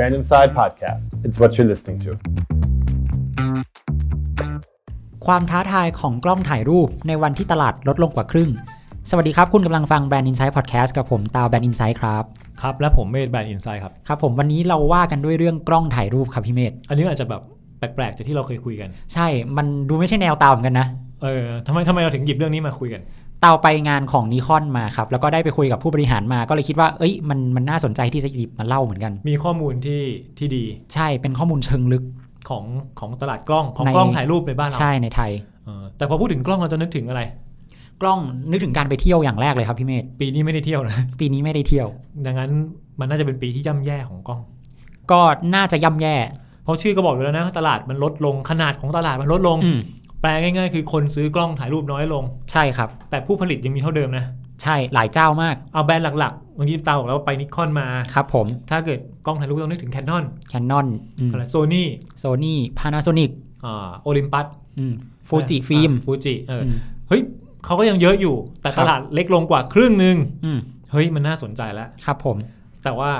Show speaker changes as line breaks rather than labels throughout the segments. Random Side Podcast. It's what you're listening to.
ความท้าทายของกล้องถ่ายรูปในวันที่ตลาดลดลงกว่าครึ่ง สวัสดีครับ คุณกำลังฟัง Brand Insight Podcast กับผมตาว Brand Insight ครับ
ครับ และผมเมธแบรนด์อินไซด์ครับ
ครับผมวันนี้เราว่ากันด้วยเรื่องกล้องถ่ายรูปครับพี่เมธ
อันนี้อาจจะแบบแปลกๆ จากที่เราเคยคุยกัน
ใช่ มันดูไม่ใช่แนวตาวเหมือนกันนะ
เออทำไมทำไมเราถึงหยิบเรื่องนี้มาคุยกัน
ตาวไปงานของนิคอนมาครับ แล้วก็ได้ไปคุยกับผู้บริหารมา ก็เลยคิดว่า เอ้ย มัน มันน่าสนใจที่จะหยิบมาเล่าเหมือนกัน
มีข้อมูลที่ที่ดี
ใช่ เป็นข้อมูลเชิงลึก
ของของตลาดกล้องของ
ใน
กล้องถ่ายรูปในบ้านเรา
ใช่ ในไทย
เออแต่พอพูดถึงกล้องเราจะนึกถึงอะไร
กล้องนึกถึงการไปเที่ยวอย่างแรกเลยครับพี่เมธ
ปีนี้ไม่ได้เที่ยวนะ
ปีนี้ไม่ได้เที่ยว
ดังนั้นมันน่าจะเป็นปีที่ย่ำแย่ของกล้อง
ก็น่าจะย่ำแย่
เพราะชื่อก็บอกอยู่แล้วนะตลาดมันลดลงขนาดของตลาดมันลดลง
อืม
แปลง่ายๆ คือคนซื้อกล้องถ่ายรูปน้อยลง
ใช่ครับ
แต่ผู้ผลิตยังมีเท่าเดิมนะ
ใช่ หลายเจ้ามาก
เอาแบรนด์หลักๆเมื่อกี้ตาบอกแล้วว่าไปนิคอนมา
ครับผม
ถ้าเกิดกล้องถ่ายรูปต้องนึกถึงแคนนอน
Canon อืม
อะไรโซนี่
โซนี่พานาโซนิก
าโอลิมปัส
ฟูจิฟิล์ม
ฟูจิเอออ
ม
เฮ้ยเขาก็ยังเยอะอยู่ แต่
ครั
ต
บ
ลาดเล็กลงกว่าครึ่งหนึ่ง
อืม
เฮ้ยมันน่าสนใจแล้ว
ครับผม
แต่ว่า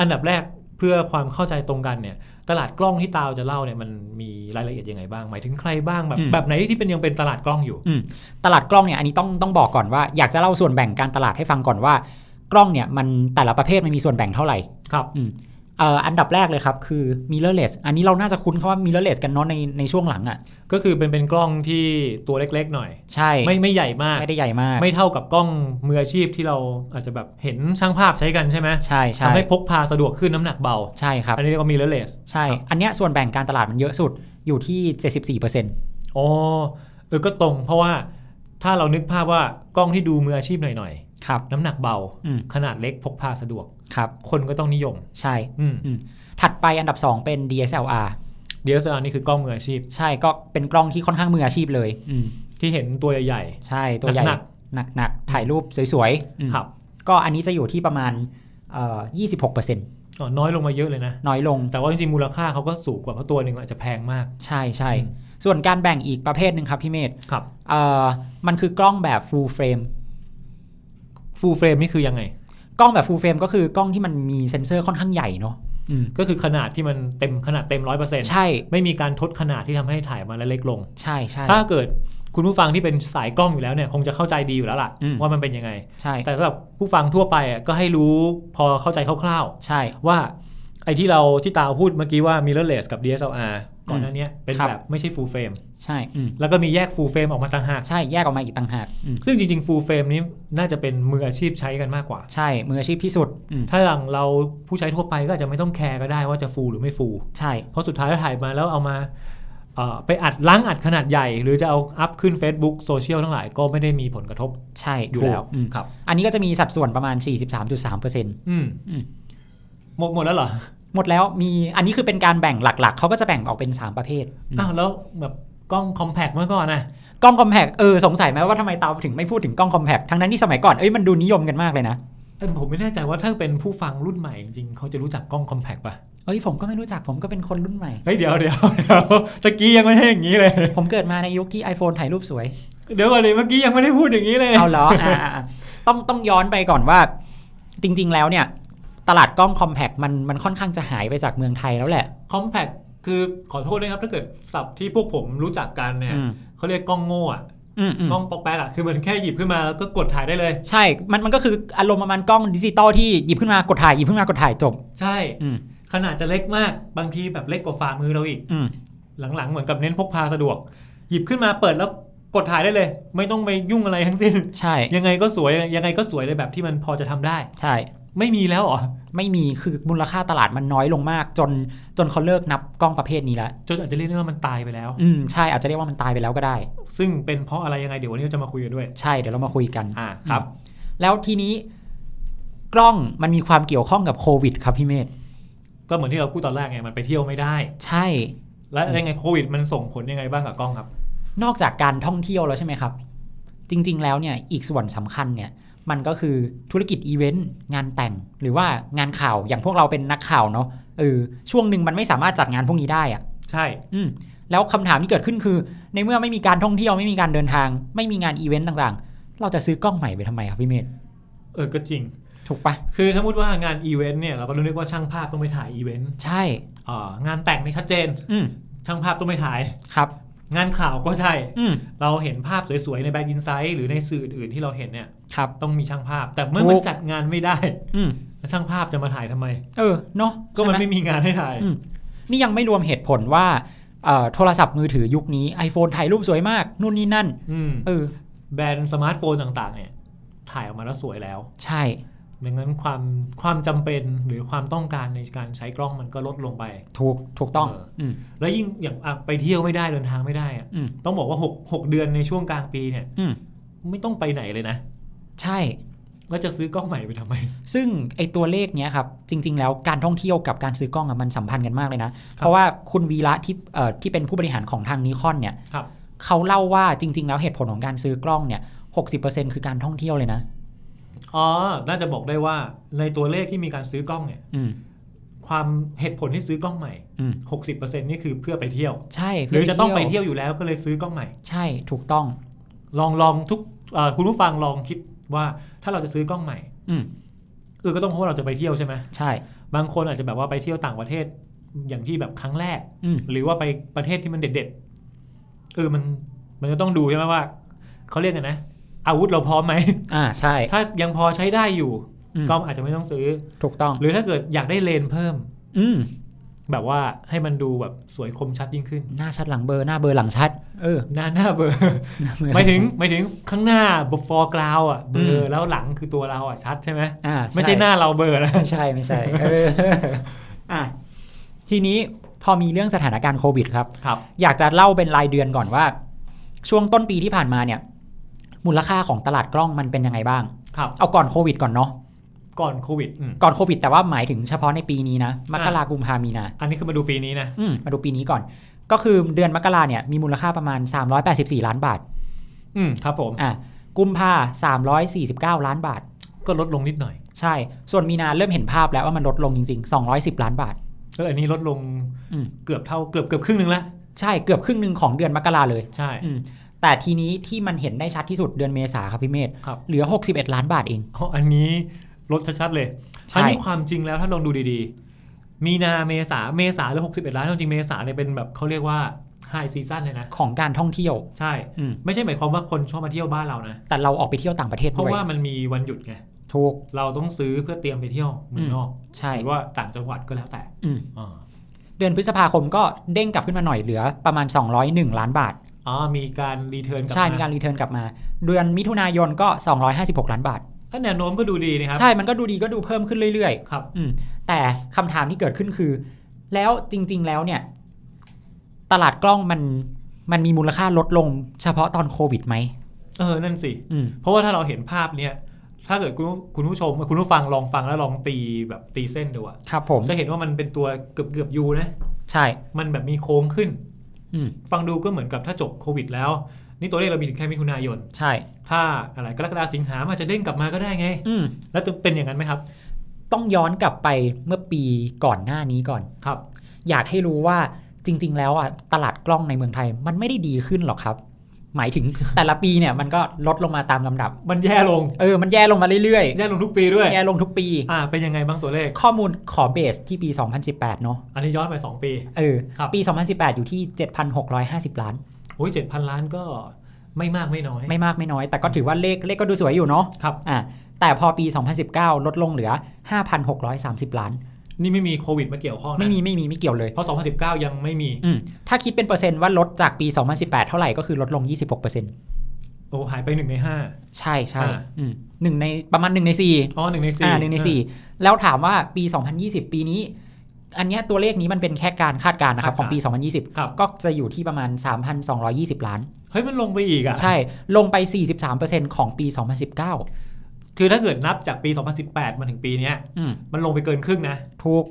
อันดับแรกเพื่อความเข้าใจตรงกันเนี่ย ตลาดกล้องที่ตาวจะเล่าเนี่ยมันมีรายละเอียดยังไงบ้าง หมายถึงใครบ้างแบบ
อืม
แบบไหนที่เป็นยังเป็นตลาดกล้องอยู่
อืมตลาดกล้องเนี่ยอันนี้ต้องต้องบอกก่อนว่าอยากจะเล่าส่วนแบ่งการตลาดให้ฟังก่อนว่า กล้องเนี่ยมันแต่ละประเภทมันมีส่วนแบ่งเท่าไหร่
ครับ
อืมเอ่ออันดับแรกเลยครับคือ mirrorless อันนี้เราน่าจะคุ้นคำว่า mirrorless กันเนาะในในช่วงหลังอะ่ะ
ก็คือเป็นเป็นกล้องที่ตัวเล็กๆหน่อย
ใช่
ไม่ไม่ใหญ่มาก
ไม่ได้ใหญ่มาก
ไม่เท่ากับกล้องมืออาชีพที่เราอาจจะแบบเห็นช่างภาพใช้กันใช่ไหม
ใช่ใช่
ทำให้พกพาสะดวกขึ้นน้ำหนักเบา
ใช่ครับ
อันนี้เรียกว่ามีเลเลส
ใช่ อันเนี้ยส่วนแบ่งการตลาดมันเยอะสุดอยู่ที่ 74%
อ๋อเออก็ตรงเพราะว่าถ้าเรานึกภาพว่ากล้องที่ดูมืออาชีพหน่อย
ครับ
ๆ น้ำหนักเบา
อืม
ขนาดเล็กพกพาสะดวก
ครับ
คนก็ต้องนิยม
ใช่
อืม
ถัดไปอันดับสองเป็น DSLR
DSLR นี่คือกล้องมืออาชีพ
ใช่ก็เป็นกล้องที่ค่อนข้างมืออาชีพเลย อืม
ที่เห็นตัวใหญ่
ใช่
ๆ
ตัวใหญ่
นัก
หนักหนักๆถ่ายรูปสวยๆอืม
ๆครับ
ก็อันนี้จะอยู่ที่ประมาณเอ่อ26%
อ๋อน้อยลงมาเยอะเลยนะ
น้อยลง
แต่ว่าจริงๆ มูลค่าเขาก็สูงกว่าเพราะตัวหนึ่งอาจจะแพงมาก
ใช่ใช่
อืม
ส่วนการแบ่งอีกประเภทหนึ่งครับพี่เมธ
ครับ
เอ่อมันคือกล้องแบบ full frame
ฟูลเฟรมนี่คือยังไง
กล้องแบบ full frame ก็คือกล้องที่มันมีเซ็นเซอร์ค่อนข้างใหญ่เนาะอืม
ก็คือขนาดที่มันเต็มขนาดเต็มร้อยเปอร์เซ็นต์
ใช่
ไม่มีการทดขนาดที่ทำให้ถ่ายมาแล้วเล็กลง
ใช่ใช่
ถ้าเกิดคุณผู้ฟังที่เป็นสายกล้องอยู่แล้วเนี่ยคงจะเข้าใจดีอยู่แล้วล่ะ
อืม
ว่ามันเป็นยังไง
ใช่
แต่สำหรับผู้ฟังทั่วไปอ่ะก็ให้รู้พอเข้าใจคร่าว
ใช่
ๆ ว่าไอ้ที่เราที่ตาพูดเมื่อกี้ว่า mirrorless กับ DSLR ก่อนหน้าเนี้ยเป็น
ครับ
แบบไม่ใช่ full frame
ใช่อืม
แล้วก็มีแยก full frame ออกมาต่างหาก
ใช่แยกออกมาอีกต่างหากอืม
ซึ่งจริง ๆ full frame นี้น่าจะเป็นมืออาชีพใช้กันมากกว่า
ใช่มืออาชีพที่สุดอืม
ถ้าหลังเราผู้ใช้ทั่วไปก็อาจจะไม่ต้องแคร์ก็ได้ว่าจะ full หรือไม่ full
ใช่
เพราะสุดท้ายเราถ่ายมาแล้วเอามาเอ่อไปอัดล้างอัดขนาดใหญ่ หรือจะเอาอัพขึ้น Facebook โซเชียลทั้งหลายก็ไม่ได้มีผลกระทบ
ใช่
อยู่แล้ว
ถูกอืม
ครับ
อันนี้ก็จะมีสัดส่วนประมาณ 43.3%
อืม
อืม
หมดหมดแล้วเหรอ
หมดแล้วมีอันนี้คือเป็นการแบ่งหลักๆ เขาก็จะแบ่งออกเป็น 3 ประเภท
อ้าวแล้วแบบกล้องคอมแพกเมื่อก่อนนะ
กล้องคอมแพกเออสงสัยไหมว่าทำไมเตาถึงไม่พูดถึงกล้องคอมแพกทั้งนั้นที่สมัยก่อนเอ้ยมันดูนิยมกันมากเลยนะ
เออผมไม่แน่ใจว่าถ้าเป็นผู้ฟังรุ่นใหม่จริงๆเขาจะรู้จักกล้องคอมแพกป่ะ
เอ้ยผมก็ไม่รู้จักผมก็เป็นคนรุ่นใหม่
เฮ้ยเดี๋ยวเดี๋ยวเดี๋ยวตะกี้ยังไม่ใช่อย่างนี้เลย
ผมเกิดมาในยุคที่ iPhone ถ่ายรูปสวย
เดี๋ยวก่อนเลยเมื่อกี้ยังไม่ได้พูดอย่างนี้เลย
เอาเห รออ่าอ่าอ่าต้องต้องย้อนไปก่อนว่า จริงๆแล้วเนี่ย ตลาดกล้องคอมแพกมันมันค่อนข้างจะหายไปจากเมืองไทยแล้วแหละ
คอมแพกคือขอโทษด้วยครับถ้าเกิดศัพท์ที่พวกผมรู้จักกันเนี่ย
อืม
เขาเรียกกล้องโง่อะ
อืมอืม
กล้องปอกแป๊กอะคือมันแค่หยิบขึ้นมาแล้วก็กดถ่ายได้เลย
ใช่ มันมันก็คืออารมณ์ประมาณกล้องดิจิตอลที่หยิบขึ้นมากดถ่ายหยิบขึ้นมากดถ่ายจบ
ใช่
อืม
ขนาดจะเล็กมากบางทีแบบเล็กกว่าฝ่ามือเราอีก
อืม
หลังๆเหมือนกับเน้นพกพาสะดวก หยิบขึ้นมาเปิดแล้วกดถ่ายได้เลย ไม่ต้องไปยุ่งอะไรทั้งสิ้น
ใช่
ยังไงก็สวยยังไงก็สวยในแบบที่มันพอจะทำได้
ใช่
ไม่มีแล้วเหรอ
ไม่มีคือมูลค่าตลาดมันน้อยลงมาก จนจนเขาเลิกนับกล้องประเภทนี้แล้ว
จนอาจจะเรียกได้ว่ามันตายไปแล้ว
อืมใช่อาจจะเรียกว่ามันตายไปแล้วก็ได้
ซึ่งเป็นเพราะอะไรยังไงเดี๋ยววันนี้เราจะมาคุยกันด้วย
ใช่เดี๋ยวเรามาคุยกัน
อ่าครับ
แล้วทีนี้กล้องมันมีความเกี่ยวข้องกับโควิดครับพี่เมธ
ก็เหมือนที่เราพูดตอนแรกไงมันไปเที่ยวไม่ได้
ใช่
และยังไงโควิดมันส่งผลยังไงบ้างกับกล้องครับ
นอกจากการท่องเที่ยวแล้วใช่ไหมครับ จริง ๆ แล้วเนี่ยอีกส่วนสำคัญเนี่ยมันก็คือธุรกิจอีเวนต์งานแต่งหรือว่างานข่าวอย่างพวกเราเป็นนักข่าวเนาะเออช่วงหนึ่งมันไม่สามารถจัดงานพวกนี้ได้อะ
ใช่
อืมแล้วคำถามที่เกิดขึ้นคือ ในเมื่อไม่มีการท่องเที่ยวไม่มีการเดินทาง ไม่มีงานอีเวนต์ต่างๆ เราจะซื้อกล้องใหม่ไปทำไมครับพี่เมธ
เออก็จริง
ถูกปะ
คือถ้ามุดว่างานอีเวนต์เนี่ยเราก็นึกว่าช่างภาพต้องไปถ่ายอีเวนต์
ใช่
อ่างานแต่งนี่ชัดเจน
อืม
ช่างภาพต้องไปถ่าย
ครับ
งานข่าวก็ใช่
อืม
เราเห็นภาพสวยๆ ในแบ็กอินไซต์หรือในสื่ออื่นที่เราเห็นเนี่ย
ครับ
ต้องมีช่างภาพ แต่เมื่อ
ถูก
มันจัดงานไม่ได้
อืม
แล้วช่างภาพจะมาถ่ายทำไม
เออเนาะ
ก็มัน
ใช่ห
ไม่มีงานให้ถ่าย
อืมนี่ยังไม่รวมเหตุผลว่าเอ่อโทรศัพท์มือถือยุคนี้ iPhone ถ่ายรูปสวยมาก นู่นนี่นั่น
อืม
เออ
แบรนด์สมาร์ทโฟนต่างๆ เนี่ย ถ่ายออกมาแล้วสวยแล้ว
ใช่
ดังนั้นความความจำเป็นหรือความต้องการในการใช้กล้องมันก็ลดลงไป
ถูก ถูกต้อง
เออ
อืม
แล้วยิ่งอย่างอ่ะไปเที่ยวไม่ได้เดินทางไม่ได้อะ
อืม
ต้องบอกว่า6กเดือนในช่วงกลางปีเนี่ย
อืม
ไม่ต้องไปไหนเลยนะ
ใช่
แล้วจะซื้อกล้องใหม่ไปทำไม
ซึ่งไอตัวเลขเนี้ยครับ จริง ๆ แล้วการท่องเที่ยวกับการซื้อกล้องอะมันสัมพันธ์กันมากเลยนะ เพราะว่าคุณวีระที่เอ่อที่เป็นผู้บริหารของทางนิคอนเนี่ย
ครับ
เขาเล่าว่าจริง ๆ แล้วเหตุผลของการซื้อกล้องเนี่ย60%คือการท่องเที่ยวเลยนะ
อ๋อ น่าจะบอกได้ว่าในตัวเลขที่มีการซื้อกล้องเนี่ย
อืม
ความเหตุผลที่ซื้อกล้องใหม่
อืม
60%นี่คือเพื่อไปเที่ยว
ใช่
ห
เพื่
รือจะต้องไปเที่
ว
ยวอยู่แล้วก็เลยซื้อกล้องใหม่
ใช่ ถูกต้อง
ลองลองทุกเอ่อคุณผู้ฟังลองคิดว่าถ้าเราจะซื้อกล้องใหม่
อืม
เออก็ต้องเพราะว่าเราจะไปเที่ยวใช่ไหม
ใช่
บางคนอาจจะแบบว่าไปเที่ยวต่างประเทศอย่างที่แบบครั้งแรก
อืม
หรือว่าไปประเทศที่มันเด็ดๆเออมันมันก็ต้องดูใช่ไหมว่าเขาเรียกกันนะ อาวุธเราพร้อมไหม
อ่าใช่
ถ้ายังพอใช้ได้อยู่
อืม
ก็อาจจะไม่ต้องซื้อ
ถูกต้อง
หรือถ้าเกิดอยากได้เลนส์เพิ่ม
อืม
แบบว่าให้มันดูแบบสวยคมชัดยิ่งขึ้น
หน้าชัดหลังเบอร์หน้าเบอร์หลังชัด เออ
หน้าหน้าเบลอร์
ห น้าเบอร์
ไม่ถึง
ลัชัด
ไม่ถึงข้างหน้าบฟอร์กราวอ่ะเบล
อื
อ
ม
แล้วหลังคือตัวเราอ่ะชัดใช่ไหม
อ่า
ไม่ใช่หน้าเราเบลอนะ
ไม่ใช่ไม่ใช่เออ อ่ะทีนี้พอมีเรื่องสถานการณ์โควิดครับ
ครับ
อยากจะเล่าเป็นรายเดือนก่อนว่า ช่วงต้นปีที่ผ่านมาเนี่ย มูลค่าของตลาดกล้องมันเป็นยังไงบ้าง
ครับ
เอาก่อนโควิดก่อนเนาะ
ก่อนโควิดอืม
ก่อนโควิด แต่ว่าหมายถึงเฉพาะในปีนี้นะม
อ่ะ
กรากุมภามีนา
อันนี้คือมาดูปีนี้นะ
อืมมาดูปีนี้ก่อน ก็คือเดือนมกราเนี่ยมีมูลค่าประมาณ 384 ล้านบาท
อืมครับผม
อ่ะกุมภา349 ล้านบาท
ก็ลดลงนิดหน่อย
ใช่ ส่วนมีนาเริ่มเห็นภาพแล้วว่ามันลดลงจริงๆ 210 ล้านบาท
เอออันนี้ลดลง
อืม
เกือบเท่าเกือบเกือบครึ่งหนึ่งละ
ใช่เกือบครึ่งหนึ่งของเดือนมกราเลย
ใช่
อืมแต่ทีนี้ที่มันเห็นได้ชัดที่สุดเดือนเมษาครับพี่เมธ
ครับ
เหลือ 61 ล้านบาทเอง
อ๋ออันนี้ลดชัดๆเลย
ใช่
อันนี้ความจริงแล้วถ้าลองดูดีๆ มีนาเมษาเมษาเหลยหกสิบเอ็ดล้านเอาจริงเมษาเนี่ยเป็นแบบเขาเรียกว่าไฮซีซั่นเลยนะ
ของการท่องเที่ยว
ใช่
อืม
ไม่ใช่หมายความว่าคนชอบมาเที่ยวบ้านเรานะ
แต่เราออกไปเที่ยวต่างประเทศ
เพ
ด้
ราะ
วย
ว่ามันมีวันหยุดไง
ถูก
เราต้องซื้อเพื่อเตรียมไปเที่ยวเมืองนอก
ใช่
หรือว่าต่างจังหวัดก็แล้วแต่
อืม
อา
เดือนพฤษภาคมก็เด้งกลับขึ้นมาหน่อยเหลือประมาณ 201 ล้านบาท
อ๋อมีการรีเทิร์นกลับ
ใช่ มีการรีเทิร์นกลับมา เดือนมิถุนายนก็ 256 ล้านบาท
เอ้ยแนวโน้มก็ดูดีนะครับ
ใช่มันก็ดูดีก็ดูเพิ่มขึ้นเรื่อยๆ
ครับ
อืมแต่คำถามที่เกิดขึ้นคือ แล้วจริง ๆ แล้วเนี่ย ตลาดกล้องมันมันมีมูลค่าลดลงเฉพาะตอนโควิดไหม
เออ นั่นสิ
อืม
เพราะว่าถ้าเราเห็นภาพเนี้ย ถ้าเกิดคุณผู้คุณผู้ชมคุณผู้ฟังลองฟังแล้วลองตีแบบตีเส้นดูอะ
ครับผม
จะเห็นว่ามันเป็นตัวเกือบเกือบยูนะ
ใช่
มันแบบมีโค้งขึ้น
อืม
ฟังดูก็เหมือนกับถ้าจบโควิดแล้ว นี่ตัวเลขเรามีถึงแค่มิถุนายน
ใช่
ถ้าอะไรกรกฎาสิงหามันอาจจะเด้งกลับมาก็ได้ไง
อืม
แล้วจะเป็นอย่างนั้นไหมครับ
ต้องย้อนกลับไปเมื่อปีก่อนหน้านี้ก่อน
ครับ
อยากให้รู้ว่าจริง ๆ แล้วอ่ะตลาดกล้องในเมืองไทยมันไม่ได้ดีขึ้นหรอกครับ หมายถึง แต่ละปีเนี่ยมันก็ลดลงมาตามลำดับ
มันแย่ลง
เออมันแย่ลงมาเรื่อย
แย่ลงทุกปีด้วย
ๆแย่ลงทุกปี
อ่า เป็นยังไงบ้างตัวเลข
ข้อมูลขอเบสที่ปี 2018 เนอะ
อันนี้ย้อนไป 2 ปี
เออ
ครับ
ปี 2018 อยู่ที่ 7,650 ล้าน
โอ้ยเจ็ดพันล้านก็ไม่มากไม่น้อย
ไม่มากไม่น้อย แต่ก็ถือว่าเลขเลขก็ดูสวยอยู่เนาะ
ครับ
อ่าแต่พอปี 2019 ลดลงเหลือ 5,630 ล้าน
นี่ไม่มีโควิดมาเกี่ยวข้องนะ
ไม่มีไม่มีไม่เกี่ยวเลย
เพราะ 2019 ยังไม่มี
อืมถ้าคิดเป็นเปอร์เซ็นต์ว่าลดจากปี 2018 เท่าไหร่ก็คือลดลง 26%
โอ้หายไป1ใน
ใช่ใช่
อ่า
อืมหนึ่งในประมาณ 1 ใน 4
5อ๋อหนึ่งในสี่
อ่าหนึ่งในสี่แล้วถามว่าปี 2020 ปีนี้ อันเนี้ยตัวเลขนี้มันเป็นแค่การคาดการณ์นะครับของปี 2020
ครับ
ก็จะอยู่ที่ประมาณ 3,220 ล้าน
เฮ้ย มันลงไปอีกอ่ะ
ใช่ ลงไป 43%ของปี 2019
คือถ้าเกิดนับจากปี 2018 มาถึงปีเนี้ย
อืม
มันลงไปเกินครึ่งนะ
ถูก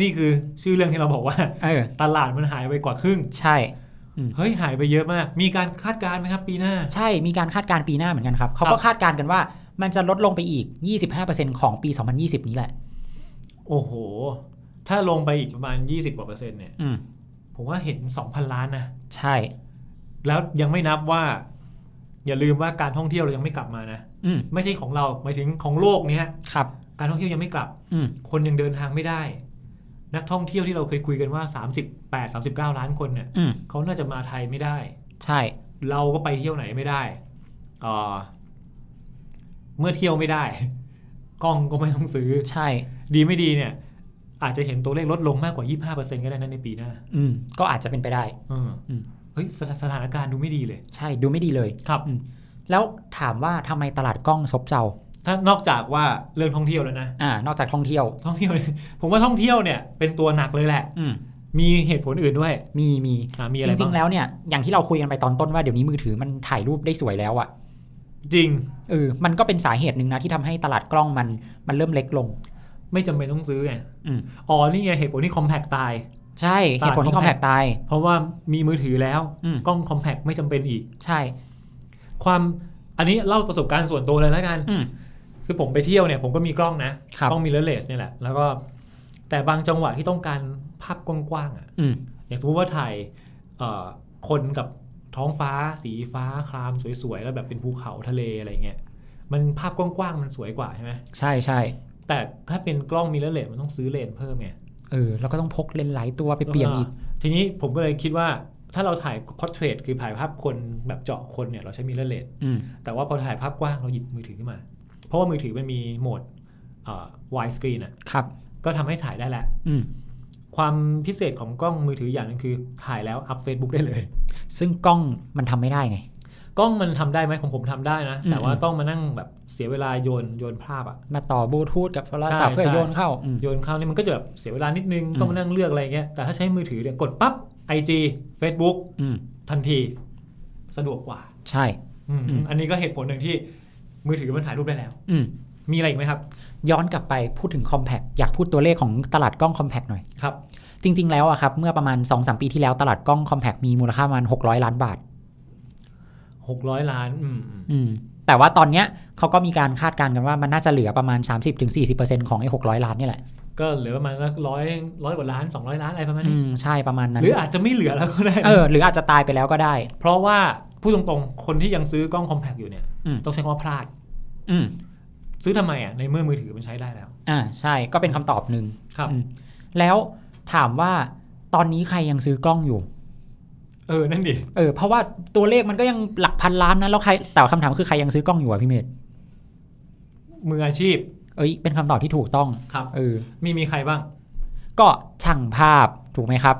นี่คือชื่อเรื่องที่เราบอกว่า
เออ
ตลาดมันหายไปกว่าครึ่ง
ใช่
เฮ้ย หายไปเยอะมาก มีการคาดการณ์ไหมครับปีหน้า
ใช่ มีการคาดการณ์ปีหน้าเหมือนกันครับ เขาก็คาดการณ์กันว่ามันจะลดลงไปอีก 25%ของปี 2020 นี้แหละ
โอ้โห ถ้าลงไปอีกประมาณ 20กว่าเปอร์เซ็นต์เนี่ย
อืม
ผมว่าเห็น 2,000 ล้านนะ
ใช่
แล้วยังไม่นับว่า อย่าลืมว่าการท่องเที่ยวเรายังไม่กลับมานะ
อืม
ไม่ใช่ของเราหมายถึงของโลกเนี้ย
ครับ
การท่องเที่ยวยังไม่กลับ
อืม
คนยังเดินทางไม่ได้ นักท่องเที่ยวที่เราเคยคุยกันว่า 38 39 ล้านคนเนี่ย
อืม
เขาน่าจะมาไทยไม่ได้
ใช่
เราก็ไปเที่ยวไหนไม่ได้เอ่อเมื่อเที่ยวไม่ได้ กล้องก็ไม่ต้องซื้อ
ใช่
ดีไม่ดีเนี่ย อาจจะเห็นตัวเลขลดลงมากกว่า 25%ก็ได้นะในปีหน้า
อืมก็อาจจะเป็นไปได้
เออ
อืม
เฮ้ยสถสถานการณ์ดูไม่ดีเลย
ใช่ดูไม่ดีเลย
ครับ
อืม แล้วถามว่าทำไมตลาดกล้องซบเซา
ถ้านอกจากว่าเรื่องท่องเที่ยวแล้วนะ
อ่านอกจากท่องเที่ยว
ท่องเที่ยวเนี่ยผมว่าท่องเที่ยวเนี่ย เป็นตัวหนักเลยแหละ
อืม
มีเหตุผลอื่นด้วย
มีมี
อ่ะมีอะ
จ
ไร
ริ
บ้าง
ๆ
ง
แล้วเนี่ยอย่างที่เราคุยกันไปตอนต้นว่าเดี๋ยวนี้มือถือมันถ่ายรูปได้สวยแล้วอะ่ะ
จริง
เออมันก็เป็นสาเหตุหนึ่งนะที่ทำให้ตลาดกล้องมันมันเริ่มเล็กลง
ไม่จำเป็นต้องซื้อไง
อืม
อ๋อนี่ไงเหตุผลที่คอมแพกตาย
ใช่เหตุผลที่ค
ตลาดกล้
อ
อง
มแพกตาย
เพราะว่ามีมือถือแล้ว
อืม
กล้องคอมแพกไม่จำเป็นอีก
ใช่
ความอันนี้เล่าประสบการณ์ส่วนตัวเลยแล้วกัน
อืม
คือผมไปเที่ยวเนี่ยผมก็มีกล้องนะครับ กล้องมิเรอร์เลสเนี่ยแหละ แล้วก็แต่บางจังหวะที่ต้องการภาพกว้างๆอ่ะ
อืม
อย่างสมมติว่าถ่ายเอ่อคนกับท้องฟ้า สีฟ้าครามสวยๆ แล้วแบบเป็นภูเขาทะเลอะไรเงี้ยมันภาพกว้างๆมันสวยกว่าใช่ไหม
ใช่ใช่
แต่ถ้าเป็นกล้องมิเรอร์เลสมันต้องซื้อเลนส์เพิ่มไง
เออแล้วก็ต้องพกเลนส์หลายตัวไปเปลี่ยนอีก
าทีนี้ผมก็เลยคิดว่าถ้าเราถ่ายพอ r t เทรตคือถ่ายภาพคนแบบเจาะคนเนี่ยเราใช้มิเรอร์เลน
อืม
แต่ว่าพอถ่ายภาพกว้างเราหยิบมือถือขึ้นมา เพราะว่ามือถือมันมีโหมดวายสกรีนอ่ะ
ครับ
ก็ทำให้ถ่ายได้แล้ว
อืม
ความพิเศษของกล้องมือถืออย่างหนึงคือถ่ายแล้วอัพ Facebook ได้เลย
ซึ่งกล้องมันทำไม่ได้ไง
กล้องมันทำได้ไหมของผมทำได้นะ แต่ว่า
อืม
ต้องมานั่งแบบเสียเวลาโยนโยนภาพอ่ะ
มาต่อบลูทูธกับโทรศัพท์
ใช่
เพื่อ
ใช่
โยนเข้าอืม
โยนเข้านี่มันก็จะแบบเสียเวลานิดนึง
อืม
ต้องมานั่งเลือกอะไรเงี้ยแต่ถ้าใช้มือถือเนี่ยกดปั๊บ IG Facebook
อืม
ทันที สะดวกกว่า
ใช่
อืม
อืม
อันนี้ก็เหตุผลหนึ่งที่มือถือมันถ่ายรูปได้แล้ว
อืม
มีอะไรอีกไหมครับ
ย้อนกลับไปพูดถึง Compact อยากพูดตัวเลขของตลาดกล้อง Compact หน่อย
ครับ
จริง ๆ แล้วอะครับ เมื่อประมาณ 2-3 ปีที่แล้วตลาดกล้อง Compact มีมูลค่าประมาณ 600 ล้านบาท
600 ล้านอืมอืม
อืม แต่ว่าตอนเนี้ยเขาก็มีการคาดการณ์กันว่ามันน่าจะเหลือประมาณ 30-40%ของไอ้600 ล้านเนี่ยแหละ
ก็เหลือประมาณร้อยร้อยกว่าล้าน 200 ล้านอะไรประมาณ
อื
นี้
ม ใช่ประมาณนั้น
หรืออาจจะไม่เหลือแล้วก็ได้นะ
เออ หรืออาจจะตายไปแล้วก็ได้
เพราะว่าพูดตรงๆ คนที่ยังซื้อกล้องคอมแพกอยู่เนี่ย
อืม
ต้องใช้คำว่าพลาด
อืม
ซื้อทำไมอ่ะในเมื่อมือถือมันใช้ได้แล้ว
อ่า ใช่ ก็เป็นคำตอบหนึ่ง
ครับ
อืมแล้วถามว่าตอนนี้ใครยังซื้อกล้องอยู่
เออ นั่นดิ
เออ เพราะว่าตัวเลขมันก็ยังหลักพันล้านนะ แล้วใคร แต่คำถามคือใครยังซื้อกล้องอยู่อะพี่เมธ
มืออาชีพ
เอ้ย เป็นคำตอบที่ถูกต้อง
ครับ
เออ
มีมีใครบ้าง
ก็ช่างภาพถูกไหมครับ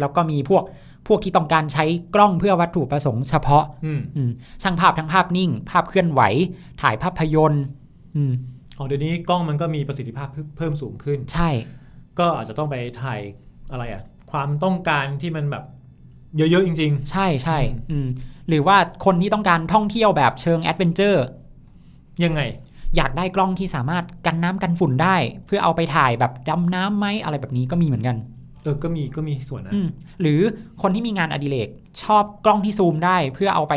แล้วก็มีพวกพวกที่ต้องการใช้กล้องเพื่อวัตถุประสงค์เฉพาะ
อืม
อืมช่างภาพทั้งภาพนิ่ง ภาพเคลื่อนไหว ถ่ายภาพยนตร์อืม
อ๋อเดี๋ยวนี้กล้องมันก็มีประสิทธิภาพเพิ่มเพิ่มสูงขึ้น
ใช่
ก็อาจจะต้องไปถ่ายอะไรอ่ะ ความต้องการที่มันแบบเยอะๆจริง
ใช่ใช่อืมหรือว่าคนที่ต้องการท่องเที่ยวแบบเชิงแอดเวนเจอร์
ๆ ยังไง
อยากได้กล้องที่สามารถกันน้ำกันฝุ่นได้ เพื่อเอาไปถ่ายแบบดำน้ำไหมอะไรแบบนี้ก็มีเหมือนกัน
เออ ก็มี ก็มีส่วนนะ
อืมหรือคนที่มีงานอดิเรกชอบกล้องที่ซูมได้ เพื่อเอาไป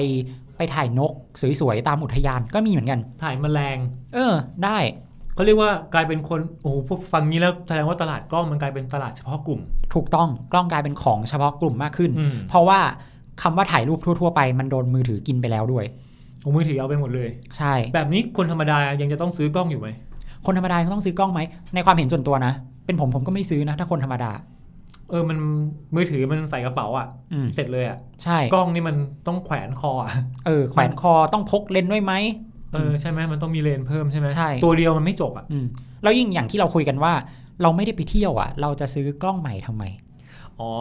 ไปถ่ายนกสวยๆตามอุทยานก็มีเหมือนกัน
ถ่ายแมลง
เออ ได้
เขาเรียกว่ากลายเป็นคน โอ้โห พวกฟังนี้แล้วแสดงว่าตลาดกล้องมันกลายเป็นตลาดเฉพาะกลุ่ม
ถูกต้องกล้องกลายเป็นของเฉพาะกลุ่มมากขึ้น
อืม
เพราะว่าคำว่าถ่ายรูปทั่ว ๆ ไปมันโดนมือถือกินไปแล้วด้วย
โอ้มือถือเอาไปหมดเลย
ใช่
แบบนี้คนธรรมดายังจะต้องซื้อกล้องอยู่ไหม
คนธรรมดายังต้องซื้อกล้องไหม ในความเห็นส่วนตัวนะ เป็นผมผมก็ไม่ซื้อนะ ถ้าคนธรรมดา
เออ มันมือถือมันใส่กระเป๋าอะ่ะ
อืม
เสร็จเลยอะ่ะ
ใช่
กล้องนี่มันต้องแขวนคออะ่ะ
เออแขวนคอต้องพกเลนส์ด้วยไหม
เออ ใช่ไหมมันต้องมีเลนส์เพิ่มใช่ไหม
ใช่
ตัวเดียวมันไม่จบอะ่ะ
อืมแล้วยิ่งอย่างที่เราคุยกันว่า เราไม่ได้ไปเที่ยวอ่ะ เราจะซื้อกล้องใหม่ทำไม
อ๋อ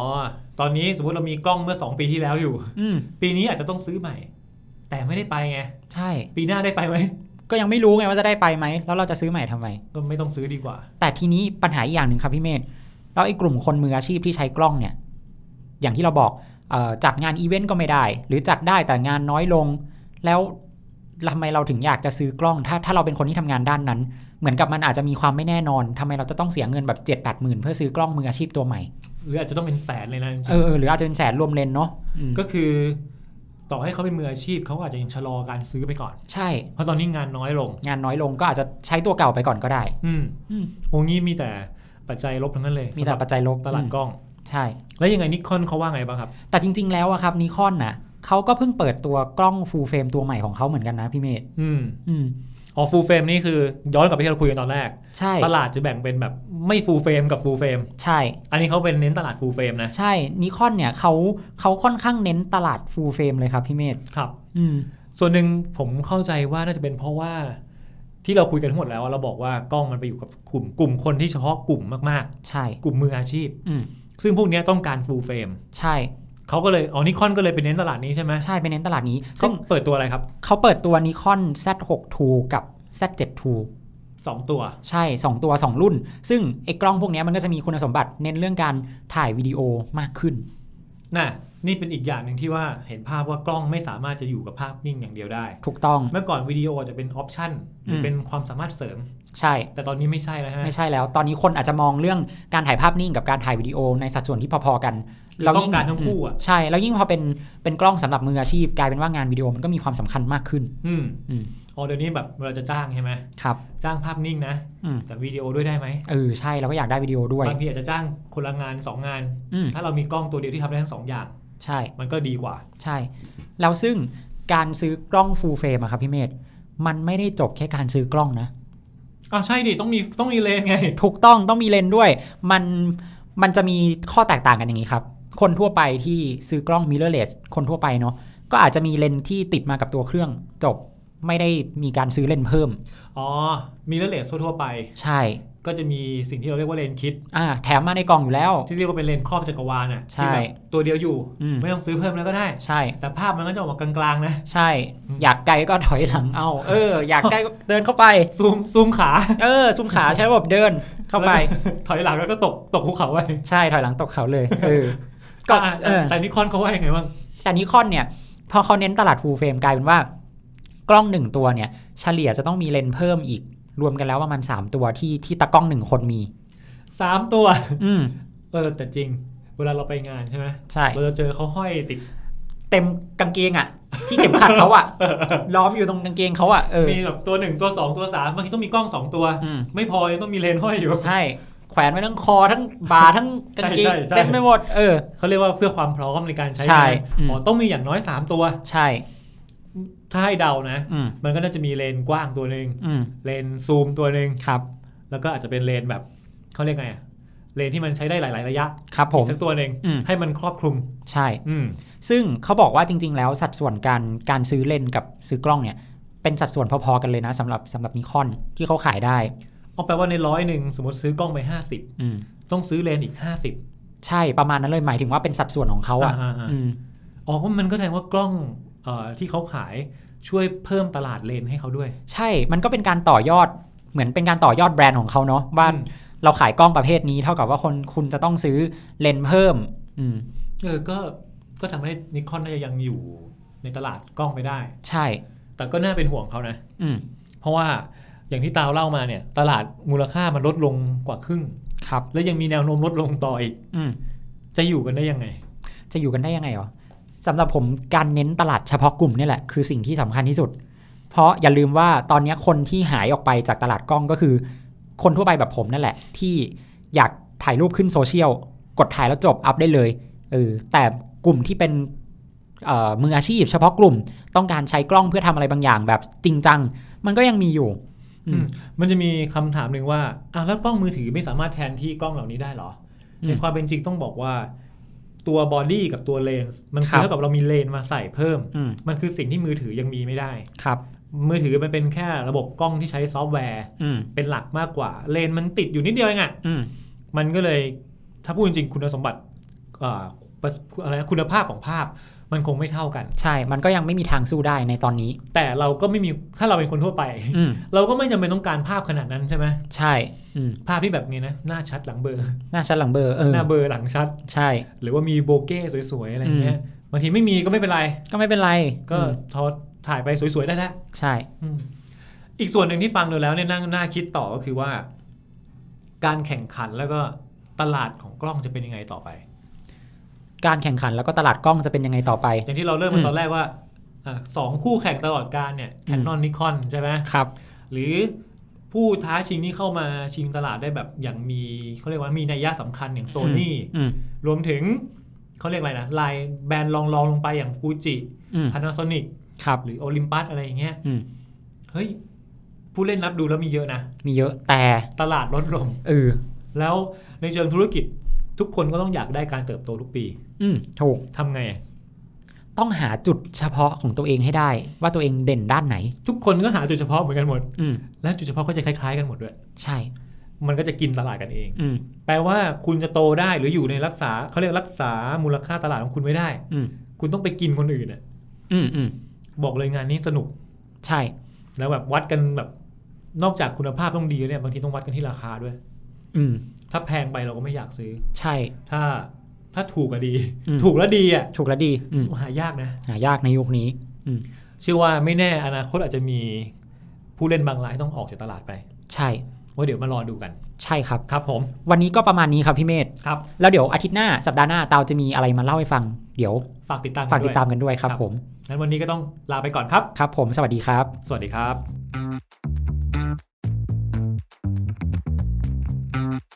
ตอนนี้สมมติเรามีกล้องเมื่อ 2 ปีที่แล้วอยู่
อืม
ปีนี้อาจจะต้องซื้อใหม่ แต่ไม่ได้ไปไง
ใช่
ปีหน้าได้ไปไหม
ก็ยังไม่รู้ไงว่าจะได้ไปไหม แล้วเราจะซื้อใหม่ทำไม
ก็ไม่ต้องซื้อดีกว่า
แต่ทีนี้ปัญหาอีกอย่างหนึ่งครับพี่เมธแล้วไอ้กลุ่มคนมืออาชีพที่ใช้กล้องเนี่ย อย่างที่เราบอกเออจัดงานอีเวนต์ก็ไม่ได้ หรือจัดได้แต่งานน้อยลง แล้วทำไมเราถึงอยากจะซื้อกล้อง ถ้าถ้าเราเป็นคนที่ทำงานด้านนั้น เหมือนกับมันอาจจะมีความไม่แน่นอนทำไมเราจะต้องเสียเงินแบบ7จ็ดแปดหมื่นเพื่อซื้อกล้องมืออาชีพตัวใหม่
หรืออาจจะต้องเป็นแสนเลยนะจริงๆ
เออเออหรืออาจจะเป็นแสนรวมเลนเนาะอืม
ก็คือต่อให้เขาเป็นมืออาชีพเขาก็อาจจะยังชะลอการซื้อไปก่อน
ใช่
เพราะตอนนี้งานน้อยลง
งานน้อยลงก็อาจจะใช้ตัวเก่าไปก่อนก็ได้
อืม
อืม
โอ้งี้มีแต่ปัจจัยลบทั้งนั้นเลย
มีแต่ปัจจัยลบ
สำหรับตลาด
อืม
กล้อง
ใช่
แล้วยังไงนิคอนเขาว่าไงบ้างครับ
แต่จริง ๆ แล้วอะครับนิคอนนะ เขาก็เพิ่งเปิดตัวกล้อง full frame ตัวใหม่ของเขาเหมือนกันนะพี่เมธ
อืม
อืม
อ๋อฟูลเฟรมนี่คือย้อนกลับไปที่เราคุยกันตอนแรก
ใช่
ตลาดจะแบ่งเป็นแบบไม่ฟูลเฟรมกับฟูลเฟรม
ใช่
อันนี้เขาเป็นเน้นตลาดฟูลเฟรมนะ
ใช่นิคอนเนี่ยเขาเขาค่อนข้างเน้นตลาด full frame เลยครับพี่เมธ
ครับ
อืม
ส่วนหนึ่งผมเข้าใจว่าน่าจะเป็นเพราะว่า ที่เราคุยกันทั้งหมดแล้วอะเราบอกว่ากล้องมันไปอยู่กับกลุ่มกลุ่มคนที่เฉพาะกลุ่มมาก
ใช่
ๆ กลุ่มมืออาชีพ
อืม
ซึ่งพวกเนี้ยต้องการฟูลเฟรม
ใช่
เขาก็เลยอ๋อนิคอนก็เลยไปเน้นตลาดนี้ใช่ไหม
ใช่ไปเน้นตลาดนี้
ซึ่
ซึ่
ง
ง
เปิดตัวอะไรครับ
เขาเปิดตัวนิคอน Z6 II กับ Z7 II
2 ตัว
ใช่ 2 ตัว 2 รุ่น ซึ่งไอ้กล้องพวกเนี้ยมันก็จะมีคุณสมบัติเน้นเรื่องการถ่ายวิดีโอมากขึ้น
น่ะ นี่เป็นอีกอย่างหนึ่งที่ว่าเห็นภาพว่ากล้องไม่สามารถจะอยู่กับภาพนิ่งอย่างเดียวได้
ถูกต้อง
เมื่อก่อนวิดีโอจะเป็นออปชันหรืออ
ม
เป็นความสามารถเสริม
ใช่
แต่ตอนนี้ไม่ใช่แล้วฮะ
ไม่ใช่แล้ว ตอนนี้คนอาจจะมองเรื่องการถ่ายภาพนิ่งกับการถ่ายวิดีโอในสัดส่วนที่พอๆกัน
คือต้องการทั้งคู่อ่ะ
ใช่ แล้วยิ่งพอเป็นเป็นกล้องสำหรับมืออาชีพ กลายเป็นว่างานวิดีโอมันก็มีความสำคัญมากขึ้น
อืม
อืม
อ๋อเดี๋ยวนี้แบบเราจะจ้างใช่ไหม
ครับ
จ้างภาพนิ่งนะ
อืม
แต่วิดีโอด้วยได้ไหม
เออใช่เราก็อยากได้วิดีโอด้วย
บางทีอาจจะจ้างคนละงาน 2 งาน
อืม
ถ้าเรามีกล้องตัวเดียวที่ทำได้ทั้งสองอย่าง
ใช่
มันก็ดีกว่า
ใช่ แล้วซึ่งการซื้อกล้อง full frame อะครับพี่เมธมันไม่ได้จบแค่การซื้อกล้องนะ
อ้าวใช่ดิ ต้องมีต้องมีเลนส์ไง
ถูกต้องต้องมีเลนส์ด้วย มันมันจะมีข้อแตกต่างกันอย่างนี้ครับ คนทั่วไปที่ซื้อกล้อง mirrorless คนทั่วไปเนาะก็อาจจะมีเลนส์ที่ติดมากับตัวเครื่องจบไม่ได้มีการซื้อเลนส์เพิ่ม
อ๋อ มีเลนส์ทั่วๆไป
ใช่
ก็จะมีสิ่งที่เราเรียกว่าเลนส์คิด
อ่าแถมมาในกล่องอยู่แล้ว
ที่เรียกว่าเป็นเลนส์ครอบจักรวาลอ่ะ
ใช่
ที่แบบตัวเดียวอยู่
อืม
ไม่ต้องซื้อเพิ่มแล้วก็ได้
ใช่
แต่ภาพมันก็จะออกมากลางๆนะ
ใช่ อยากไกลก็ถอยหลังเอา เออ อยากไกลก็ เดินเข้าไป
ซูมซูมขา
เออซุมขาใช้ระบบเดินเข้าไป
แล้วก็ถ อยหลังแล้วก็ตกตกภูเขาไป
ใช่ถอยหลังตกเขาเลยเออก็
อ่ะ
เออ
แต่นิคอนเขาว่ายังไงบ้าง
แต่นิคอนเนี่ย พอเขาเน้นตลาดฟูลเฟรมกลายเป็นว่า กล้องหนึ่งตัวเนี่ย เฉลี่ยจะต้องมีเลนส์เพิ่มอีก รวมกันแล้วประมาณ3ตัวที่ที่ตากล้องหนึ่งคนมี
สามตัว
อืม
เออแต่จริง เวลาเราไปงานใช่ไหม
ใช่
เราจะเจอเขาห้อยติด
เต็มกางเกงอะ่ะ ที่เข็มขัด เขาอะ่ะ ล้อมอยู่ตรงกางเกงเขาอะ่ะเออ
มีแบบตัวหนึ่งตัวสองตัวสามบางทีต้องมีกล้องสองตัว
อืม
ไม่พอยังต้องมีเลนส์ห้อยอยู่
ใช่แขวนไว้ทั้งคอทั้งบ่าทั้งกางเกง
ใช่ใช่ใช่
เต็มไปหมดเออ
เขาเรียกว่าเพื่อความพร้อมในการใช้
ใช่
งาน
อืม
อ๋อต้องมีอย่างน้อย 3 ตัว
ใช่
ถ้าให้เดานะ
อืม
มันก็น่าจะมีเลนส์กว้างตัวหนึ่ง
อืม
เลนส์ซูมตัวหนึ่ง
ครับ
แล้วก็อาจจะเป็นเลนส์แบบเขาเรียกไงอะเลนส์ที่มันใช้ได้หลาย ๆ ระยะ
ครับผม
อีกสักตัวหนึ่ง
อืม
ให้มันครอบคลุม
ใช่
อืม
ซึ่งเขาบอกว่าจริง ๆ แล้วสัดส่วนการการซื้อเลนส์กับซื้อกล้องเนี่ย เป็นสัดส่วนพอๆกันเลยนะสำหรับสำหรับนิคอนที่เขาขายได้
เอาแปลว่าในร้อยหนึ่งสมมติซื้อกล้องไป
อืม
50 ต้องซื้อเลนส์อีก 50
ใช่ประมาณนั้นเลยหมายถึงว่าเป็นสัดส่วนของเขาอ่ะ
อ่าๆๆ
อืม
อ๋อก็มันก็แสดงว่ากล้องเอ่อที่เขาขายช่วยเพิ่มตลาดเลนส์ให้เขาด้วย
ใช่มันก็เป็นการต่อยอดเหมือนเป็นการต่อยอดแบรนด์ของเขาเนาะว่า
อืม
เราขายกล้องประเภทนี้เท่ากับว่าคนคุณจะต้องซื้อเลนส์เพิ่ม อืม
เออก็ก็ทำให้นิคอนน่าจะยังอยู่ในตลาดกล้องไปได้
ใช่
แต่ก็น่าเป็นห่วงเขานะ
อืม
เพราะว่าอย่างที่ตาวเล่ามาเนี่ย ตลาดมูลค่ามันลดลงกว่าครึ่ง
ครับ
แล้วยังมีแนวโน้มลดลงต่ออีก
อืม
จะอยู่กันได้ยังไง
จะอยู่กันได้ยังไงหรอสำหรับผมการเน้นตลาดเฉพาะกลุ่มเนี่ยแหละคือสิ่งที่สำคัญที่สุด เพราะอย่าลืมว่าตอนเนี้ยคนที่หายออกไปจากตลาดกล้องก็คือ คนทั่วไปแบบผมนั่นแหละ ที่อยากถ่ายรูปขึ้นโซเชียล กดถ่ายแล้วจบอัพได้เลยเออแต่กลุ่มที่เป็นเอ่อมืออาชีพ เฉพาะกลุ่มต้องการใช้กล้องเพื่อทำอะไรบางอย่างแบบจริงจัง มันก็ยังมีอยู่ อืม
มันจะมีคำถามหนึ่งว่าอ้าวแล้วกล้องมือถือไม่สามารถแทนที่กล้องเหล่านี้ได้เหรอ
อืม
ในความเป็นจริงต้องบอกว่า ตัวบอดี้กับตัวเลนส์มัน
ครั
คือบ เท่ากับเรามีเลนส์มาใส่เพิ่ม
อืม
มันคือสิ่งที่มือถือยังมีไม่ได้
ครับ
มือถือมันเป็นแค่ระบบกล้องที่ใช้ซอฟต์แวร์
อืม
เป็นหลักมากกว่า เลนส์มันติดอยู่นิดเดียวเองอะ
อืม
มันก็เลยถ้าพูดจริงๆคุณสมบัติเอ่อประสอะไรนะคุณภาพของภาพมันคงไม่เท่ากัน
ใช่มันก็ยังไม่มีทางสู้ได้ในตอนนี้
แต่เราก็ไม่มีถ้าเราเป็นคนทั่วไป
อืม
เราก็ไม่จำเป็นต้องการภาพขนาดนั้นใช่ไหม
ใช่อืม
ภาพที่แบบนี้นะหน้าชัดหลังเบลอร์
หน้าชั้นหลังเบอร์เออ
หน้าเบลอร์หลังชัด
ใช่
หรือว่ามีโบเก้สวยๆอะไรอย่างเงี้ยบางทีไม่มีก็ไม่เป็นไร
ก็ไม่เป็นไร
ก็
อืม
ทอถ่ายไปสวยๆได้แล้ว
ใช่
อืมอีกส่วนหนึ่งที่ฟังดูแล้วเนี่ยนั่งน่าคิดต่อก็คือว่า การแข่งขันแล้วก็ตลาดของกล้องจะเป็นยังไงต่อไป
การแข่งขันแล้วก็ตลาดกล้องจะเป็นยังไงต่อไป
อย่างที่เราเริ่มมาตอนแรกว่าอ่ะสองคู่แข่งตลอดการเนี่ยแคนนอนนิคอนใช่ไหม
ครับ
หรือผู้ท้าชิงที่เข้ามาชิงตลาดได้แบบอย่างมีเขาเรียกว่ามีนัยยะสำคัญอย่างโซนี่
อืม
รวมถึง เขาเรียกอะไรนะลายแบรนด์รองรองลงไปอย่างฟูจิ
อืม
พานาโซนิก
ครับ
หรือโอลิมปัสอะไรอย่างเงี้ย
อืม
เฮ้ยผู้เล่นนับดูแล้วมีเยอะนะ
มีเยอะแต่
ตลาดลดลง
เออ
แล้วในเชิงธุรกิจทุกคนก็ต้องอยากได้การเติบโตทุกปี
อืมถูก
ทำไงอะ
ต้องหาจุดเฉพาะของตัวเองให้ได้ ว่าตัวเองเด่นด้านไหน
ทุกคนก็หาจุดเฉพาะเหมือนกันหมด
อืม
และจุดเฉพาะก็จะคล้ายๆกันหมดด้วย
ใช่
มันก็จะกินตลาดกันเอง
อืม
แปลว่าคุณจะโตได้หรืออยู่ในรักษาเขาเรียกรักษามูลค่าตลาดของคุณไว้ได้
อืม
คุณต้องไปกินคนอื่นอ่ะ
อืมอืม
บอกเลยงานนี้สนุก
ใช่
แล้วแบบวัดกันแบบนอกจากคุณภาพต้องดีแล้วเนี่ยบางทีต้องวัดกันที่ราคาด้วย
อืม
ถ้าแพงไปเราก็ไม่อยากซื้อ
ใช่
ถ้าถ้าถูกก็ดี
อืม
ถูกแล้วดีอ่ะ
ถูกแล้วดีอืม
หายากนะ
หายากในยุคนี้ อืม
เชื่อว่าไม่แน่อนาคตอาจจะมีผู้เล่นบางรายต้องออกจากตลาดไป
ใช่
ว่าเดี๋ยวมารอดูกัน
ใช่ครับ
ครับผม
วันนี้ก็ประมาณนี้ครับพี่เมธ
ครับ
แล้วเดี๋ยวอาทิตย์หน้าสัปดาห์หน้าเตาจะมีอะไรมาเล่าให้ฟังเดี๋ยว
ฝากติดตามน
ฝากติดตาม
วย
กันด้วยครับ
ครับ
ผม
งั้นวันนี้ก็ต้องลาไปก่อนครับ
ครับ ผมสวัสดีครับ
สวัสดีครับ